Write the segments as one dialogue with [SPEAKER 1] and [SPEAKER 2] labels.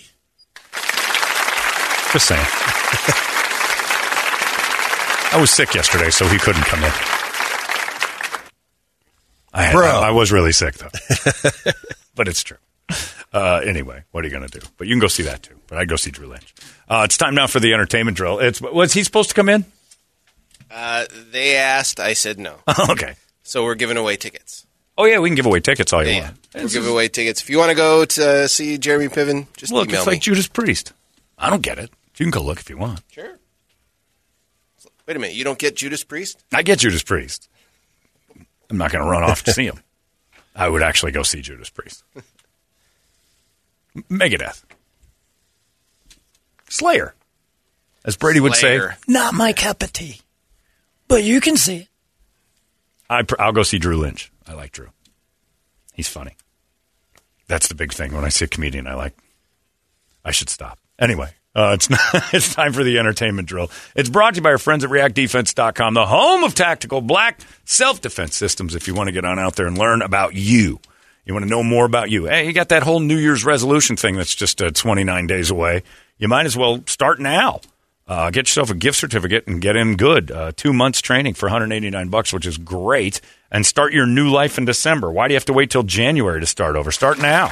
[SPEAKER 1] Just saying. I was sick yesterday, so he couldn't come in. I, had,
[SPEAKER 2] Bro.
[SPEAKER 1] I, I was really sick, though. but it's true. Uh, anyway, what are you going to do? But you can go see that, too. But I'd go see Drew Lynch. Uh, it's time now for the entertainment drill. It's Was he supposed to come in?
[SPEAKER 3] Uh, they asked. I said no.
[SPEAKER 1] okay.
[SPEAKER 3] so we're giving away tickets.
[SPEAKER 1] Oh yeah, we can give away tickets all you
[SPEAKER 3] Yeah,
[SPEAKER 1] want.
[SPEAKER 3] we'll give away tickets. If you want to go to uh, see Jeremy Piven, just
[SPEAKER 1] Look,
[SPEAKER 3] email
[SPEAKER 1] it's
[SPEAKER 3] me.
[SPEAKER 1] like Judas Priest. I don't get it. You can go look if you want.
[SPEAKER 3] sure. Wait a minute. You don't get Judas Priest?
[SPEAKER 1] I get Judas Priest. I'm not going to run off to see him. I would actually go see Judas Priest. Megadeth. Slayer. As Brady would say,
[SPEAKER 3] Slayer.
[SPEAKER 4] Not my cup of tea. But you can see it.
[SPEAKER 1] I pr- I'll go see Drew Lynch. I like Drew. He's funny. That's the big thing. When I see a comedian, I like. I should stop. Anyway, uh, it's not, it's time for the entertainment drill. It's brought to you by our friends at ReactDefense.com, the home of tactical black self defense systems. If you want to get on out there and learn about you, you want to know more about you. Hey, you got that whole New Year's resolution thing that's just uh, 29 days away. You might as well start now. Uh, get yourself a gift certificate and get in good. Uh, two months training for 189 bucks, which is great. And start your new life in December. Why do you have to wait till January to start over? Start now.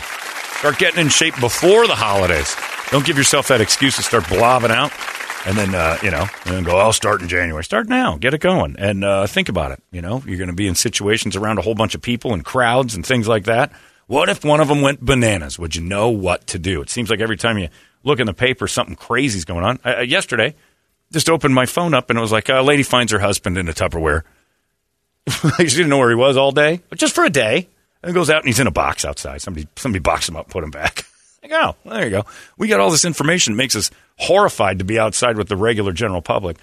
[SPEAKER 1] Start getting in shape before the holidays. Don't give yourself that excuse to start blobbing out and then uh, you know and then go. I'll start in January. Start now. Get it going and uh, think about it. You know you're going to be in situations around a whole bunch of people and crowds and things like that. What if one of them went bananas? Would you know what to do? It seems like every time you look in the paper, something crazy's going on. Uh, yesterday, just opened my phone up and it was like uh, a lady finds her husband in a Tupperware. she didn't know where he was all day, but just for a day. And goes out and he's in a box outside. Somebody somebody boxed him up, put him back. Like, oh, there you go. We got all this information. It makes us horrified to be outside with the regular general public.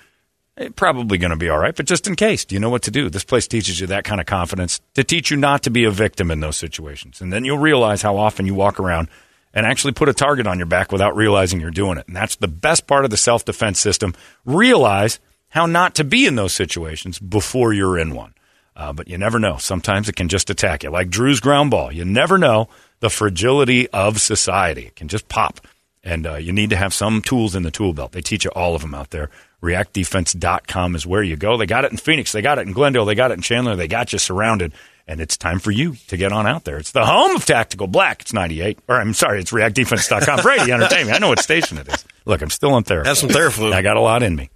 [SPEAKER 1] It probably going to be all right, but just in case, do you know what to do? This place teaches you that kind of confidence to teach you not to be a victim in those situations. And then you'll realize how often you walk around and actually put a target on your back without realizing you're doing it. And that's the best part of the self defense system. Realize how not to be in those situations before you're in one. Uh, but you never know. Sometimes it can just attack you, like Drew's ground ball. You never know the fragility of society. It can just pop, and uh, you need to have some tools in the tool belt. They teach you all of them out there. ReactDefense.com is where you go. They got it in Phoenix. They got it in Glendale. They got it in Chandler. They got you surrounded. And it's time for you to get on out there. It's the home of Tactical Black. It's 98. Or I'm sorry, it's ReactDefense.com. Brady, entertain me. I know what station it is. Look, I'm still on therapy.
[SPEAKER 5] Have some Theraflu.
[SPEAKER 1] I got a lot in me.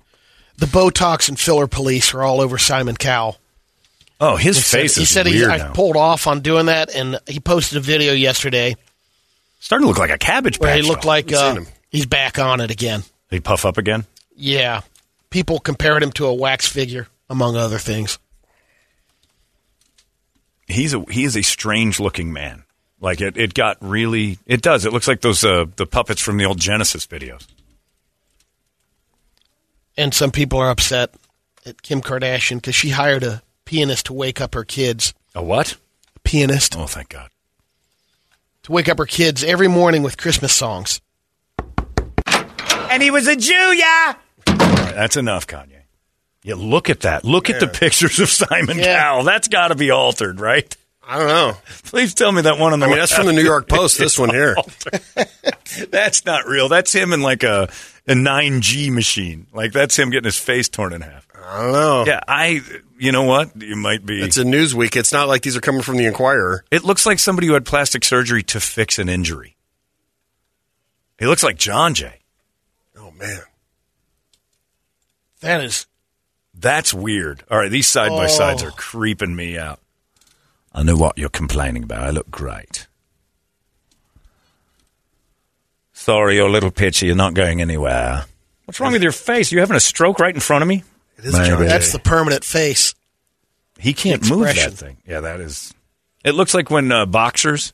[SPEAKER 2] The Botox and filler police are all over Simon Cowell.
[SPEAKER 1] Oh, his face
[SPEAKER 2] he
[SPEAKER 1] is
[SPEAKER 2] said
[SPEAKER 1] weird
[SPEAKER 2] he,
[SPEAKER 1] now.
[SPEAKER 2] I pulled off on doing that, and he posted a video yesterday
[SPEAKER 1] Starting to look like a cabbage patch.
[SPEAKER 2] where he looked
[SPEAKER 1] though.
[SPEAKER 2] like uh,
[SPEAKER 3] seen him.
[SPEAKER 2] he's back on it again.
[SPEAKER 1] He puff up again?
[SPEAKER 2] Yeah, people compared him to a wax figure, among other things.
[SPEAKER 1] he's a he is a strange looking man. Like it, it got really. It does. It looks like those uh, the puppets from the old Genesis videos.
[SPEAKER 2] And some people are upset at Kim Kardashian because she hired a pianist to wake up her kids.
[SPEAKER 1] A what?
[SPEAKER 2] A pianist
[SPEAKER 1] Oh, thank God.
[SPEAKER 2] to wake up her kids every morning with Christmas songs.
[SPEAKER 5] And he was a Jew, yeah.
[SPEAKER 1] All right, that's enough, Kanye. Yeah, look at that. Look at the pictures of Simon
[SPEAKER 2] Yeah.
[SPEAKER 1] Cowell. That's got to be altered, right?
[SPEAKER 6] I don't know.
[SPEAKER 1] Please tell me that one on the
[SPEAKER 6] I mean, that's from the New York Post. This one here.
[SPEAKER 1] That's not real. That's him in like a a nine G machine. Like that's him getting his face torn in half.
[SPEAKER 6] I don't know.
[SPEAKER 1] Yeah, I. You know what? You might be.
[SPEAKER 6] It's a Newsweek. It's not like these are coming from the Inquirer.
[SPEAKER 1] it looks like somebody who had plastic surgery to fix an injury. He looks like John Jay.
[SPEAKER 6] Oh man,
[SPEAKER 2] That is
[SPEAKER 1] That's weird. All right, these side
[SPEAKER 6] Oh.
[SPEAKER 1] by sides are creeping me out. I know what you're complaining about. I look great. Sorry, you're a little pitchy. You're not going anywhere. What's wrong with your face? You having a stroke right in front of me?
[SPEAKER 6] it is John. Jay.
[SPEAKER 2] that's the permanent face.
[SPEAKER 1] He can't move that
[SPEAKER 2] Expression.
[SPEAKER 1] thing. Yeah, that is. It looks like when uh, boxers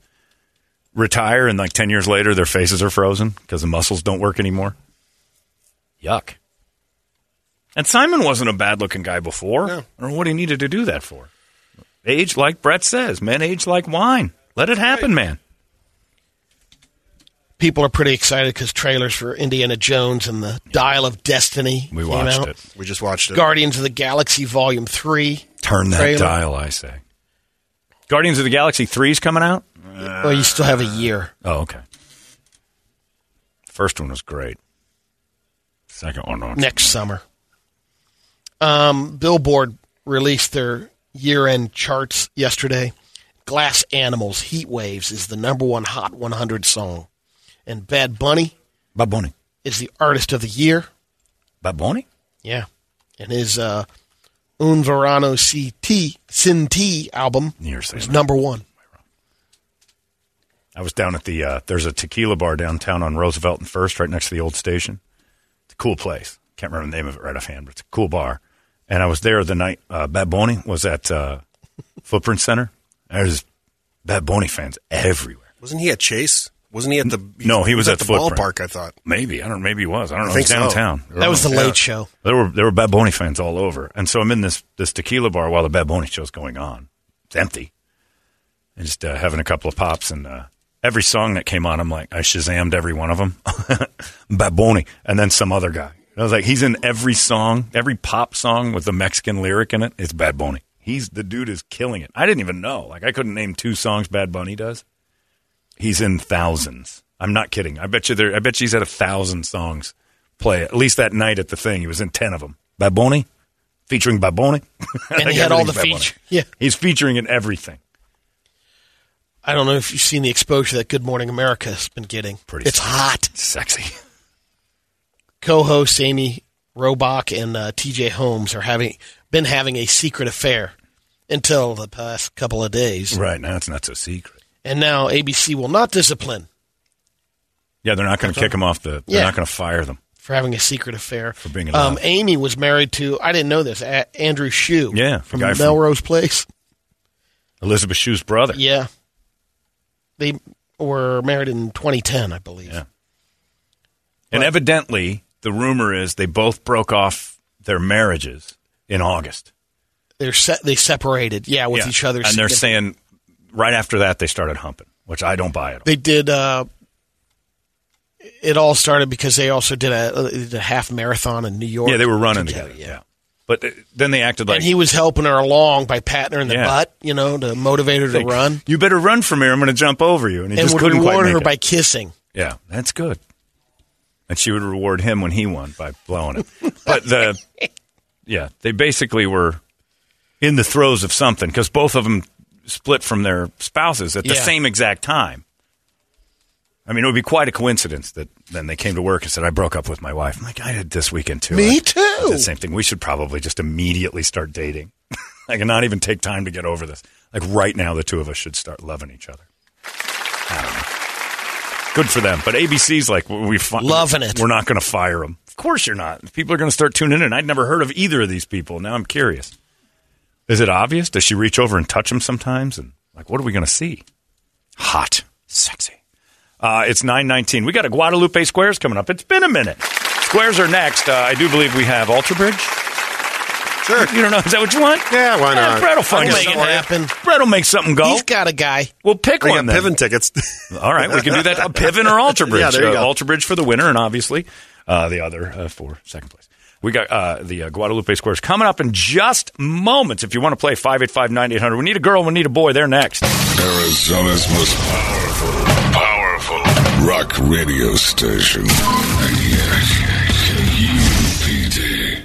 [SPEAKER 1] retire and like 10 years later their faces are frozen because the muscles don't work anymore. Yuck. And Simon wasn't a bad looking guy before. Or what he needed to do that for. Age, like Brett says, men age like wine. Let it happen, man.
[SPEAKER 2] People are pretty excited because trailers for Indiana Jones and the Dial of Destiny.
[SPEAKER 1] We
[SPEAKER 2] came
[SPEAKER 1] watched
[SPEAKER 2] out.
[SPEAKER 1] it.
[SPEAKER 6] we just watched it.
[SPEAKER 2] Guardians of the Galaxy Volume Three.
[SPEAKER 1] Turn that
[SPEAKER 2] Trailer.
[SPEAKER 1] dial, I say. Guardians of the Galaxy 3 is coming out?
[SPEAKER 2] well, Oh, you still have a year.
[SPEAKER 1] Oh, okay. First one was great. Second one, no,
[SPEAKER 2] next summer. Um, Billboard released their year-end charts yesterday. Glass Animals Heat Waves is the number one Hot 100 song, and Bad Bunny
[SPEAKER 1] Bob Boney.
[SPEAKER 2] is the artist of the year.
[SPEAKER 1] Bob Boney?
[SPEAKER 2] Yeah, and his uh, Un Verano CT Sin T album
[SPEAKER 1] You're saying
[SPEAKER 2] was
[SPEAKER 1] that.
[SPEAKER 2] number one.
[SPEAKER 1] I was down at the uh, there's a tequila bar downtown on Roosevelt and First, right next to the old station. It's a cool place. Can't remember the name of it right offhand, but it's a cool bar. And I was there the night uh, Bad Boney was at uh, Footprint Center. There's Bad Boney fans everywhere.
[SPEAKER 6] Wasn't he at Chase? Wasn't he at the?
[SPEAKER 1] No, he was at
[SPEAKER 6] the
[SPEAKER 1] Footprint.
[SPEAKER 6] ballpark. I thought.
[SPEAKER 1] Maybe I don't. Maybe he was. I don't know.
[SPEAKER 6] I think
[SPEAKER 1] He's downtown.
[SPEAKER 6] so.
[SPEAKER 1] I don't
[SPEAKER 2] That was
[SPEAKER 1] know.
[SPEAKER 2] the Late Show.
[SPEAKER 1] There were there were Bad Bunny fans all over, and so I'm in this this tequila bar while the Bad Bunny show's going on. It's empty, and just uh, having a couple of pops, and uh, every song that came on, I'm like, I shazammed every one of them. Bad Bunny, and then some other guy. And I was like, he's in every song, every pop song with the Mexican lyric in it. It's Bad Bunny. He's the dude is killing it. I didn't even know. Like I couldn't name two songs Bad Bunny does. He's in thousands. I'm not kidding. I bet you there. I bet you he's had a thousand songs play. At least that night at the thing, he was in ten of them. Baboni, featuring Baboni,
[SPEAKER 2] And he had all the feature- yeah.
[SPEAKER 1] he's featuring in everything.
[SPEAKER 2] I don't know if you've seen the exposure that Good Morning America has been getting.
[SPEAKER 1] Pretty
[SPEAKER 2] it's
[SPEAKER 1] sweet.
[SPEAKER 2] hot.
[SPEAKER 1] Sexy.
[SPEAKER 2] co-host Amy Robach and uh, T.J. Holmes are having been having a secret affair until the past couple of days,
[SPEAKER 1] Right now, it's not so secret.
[SPEAKER 2] and now ABC will not discipline
[SPEAKER 1] Yeah, they're not going to kick him off the. They're
[SPEAKER 2] Yeah.
[SPEAKER 1] not going to fire them.
[SPEAKER 2] for having a secret affair. For
[SPEAKER 1] being allowed.
[SPEAKER 2] um, Amy was married to I didn't know this a- Andrew Shue,
[SPEAKER 1] Yeah, the
[SPEAKER 2] from
[SPEAKER 1] guy from-
[SPEAKER 2] Melrose Place,
[SPEAKER 1] Elizabeth Shue's brother.
[SPEAKER 2] yeah. They were married in 2010, I believe.
[SPEAKER 1] Yeah. And evidently, the rumor is they both broke off their marriages in August.
[SPEAKER 2] They're se- they separated, yeah, with
[SPEAKER 1] Yeah.
[SPEAKER 2] each other,
[SPEAKER 1] And they're saying
[SPEAKER 2] significant-
[SPEAKER 1] right after that they started humping, which I don't buy at all.
[SPEAKER 2] they did uh it all started because they also did a, uh, they did a half marathon in New York.
[SPEAKER 1] yeah, they were running together. Yeah. But uh, then they acted like
[SPEAKER 2] and he was helping her along by patting her in the
[SPEAKER 1] Yeah.
[SPEAKER 2] butt, you know, to motivate her to
[SPEAKER 1] like,
[SPEAKER 2] run,
[SPEAKER 1] You better run from here. I'm going to jump over you. And he
[SPEAKER 2] and
[SPEAKER 1] just
[SPEAKER 2] would
[SPEAKER 1] couldn't quite
[SPEAKER 2] reward
[SPEAKER 1] make
[SPEAKER 2] her
[SPEAKER 1] it.
[SPEAKER 2] by kissing.
[SPEAKER 1] Yeah, that's good. And she would reward him when he won by blowing it. but the yeah, they basically were in the throes of something because both of them split from their spouses at the
[SPEAKER 2] Yeah.
[SPEAKER 1] same exact time. I mean, it would be quite a coincidence that then they came to work and said, "I broke up with my wife." I'm like, "I did this weekend too."
[SPEAKER 2] Me
[SPEAKER 1] I- I
[SPEAKER 2] too.
[SPEAKER 1] did the same thing. We should probably just immediately start dating. like, and not even take time to get over this. Like right now, the two of us should start loving each other. I don't know. Good for them. But ABC's like we- we fi-
[SPEAKER 2] Loving it.
[SPEAKER 1] We're not going to fire them. Of course you're not. People are going to start tuning in. I'd never heard of either of these people. Now I'm curious. Is it obvious? Does she reach over and touch him sometimes? And like, what are we going to see? Hot. Sexy. Uh, it's 919. We got a Guadalupe Squares coming up. It's been a minute. Squares are next. Uh, I do believe we have Alter Bridge.
[SPEAKER 6] Sure.
[SPEAKER 1] You don't know? Is that what you want?
[SPEAKER 6] Yeah, why
[SPEAKER 1] Eh,
[SPEAKER 6] not?
[SPEAKER 1] Brett will find
[SPEAKER 2] I'll make
[SPEAKER 1] something.
[SPEAKER 2] it happen.
[SPEAKER 1] Brett will make something go.
[SPEAKER 2] He's got a guy.
[SPEAKER 1] we'll pick
[SPEAKER 6] I
[SPEAKER 1] one
[SPEAKER 6] got
[SPEAKER 1] then.
[SPEAKER 6] Piven tickets.
[SPEAKER 1] All right, we can do that. A Piven or Alter Bridge. Uh,
[SPEAKER 6] Yeah, there you go.
[SPEAKER 1] Alter Bridge for the winner, and obviously uh, the other uh, for second place. We got uh, the uh, Guadalupe Squares coming up in just moments. If you want to play 585 9800, we need a girl, we need a boy. They're next.
[SPEAKER 7] Arizona's most powerful, powerful rock radio station. 98 KUPD.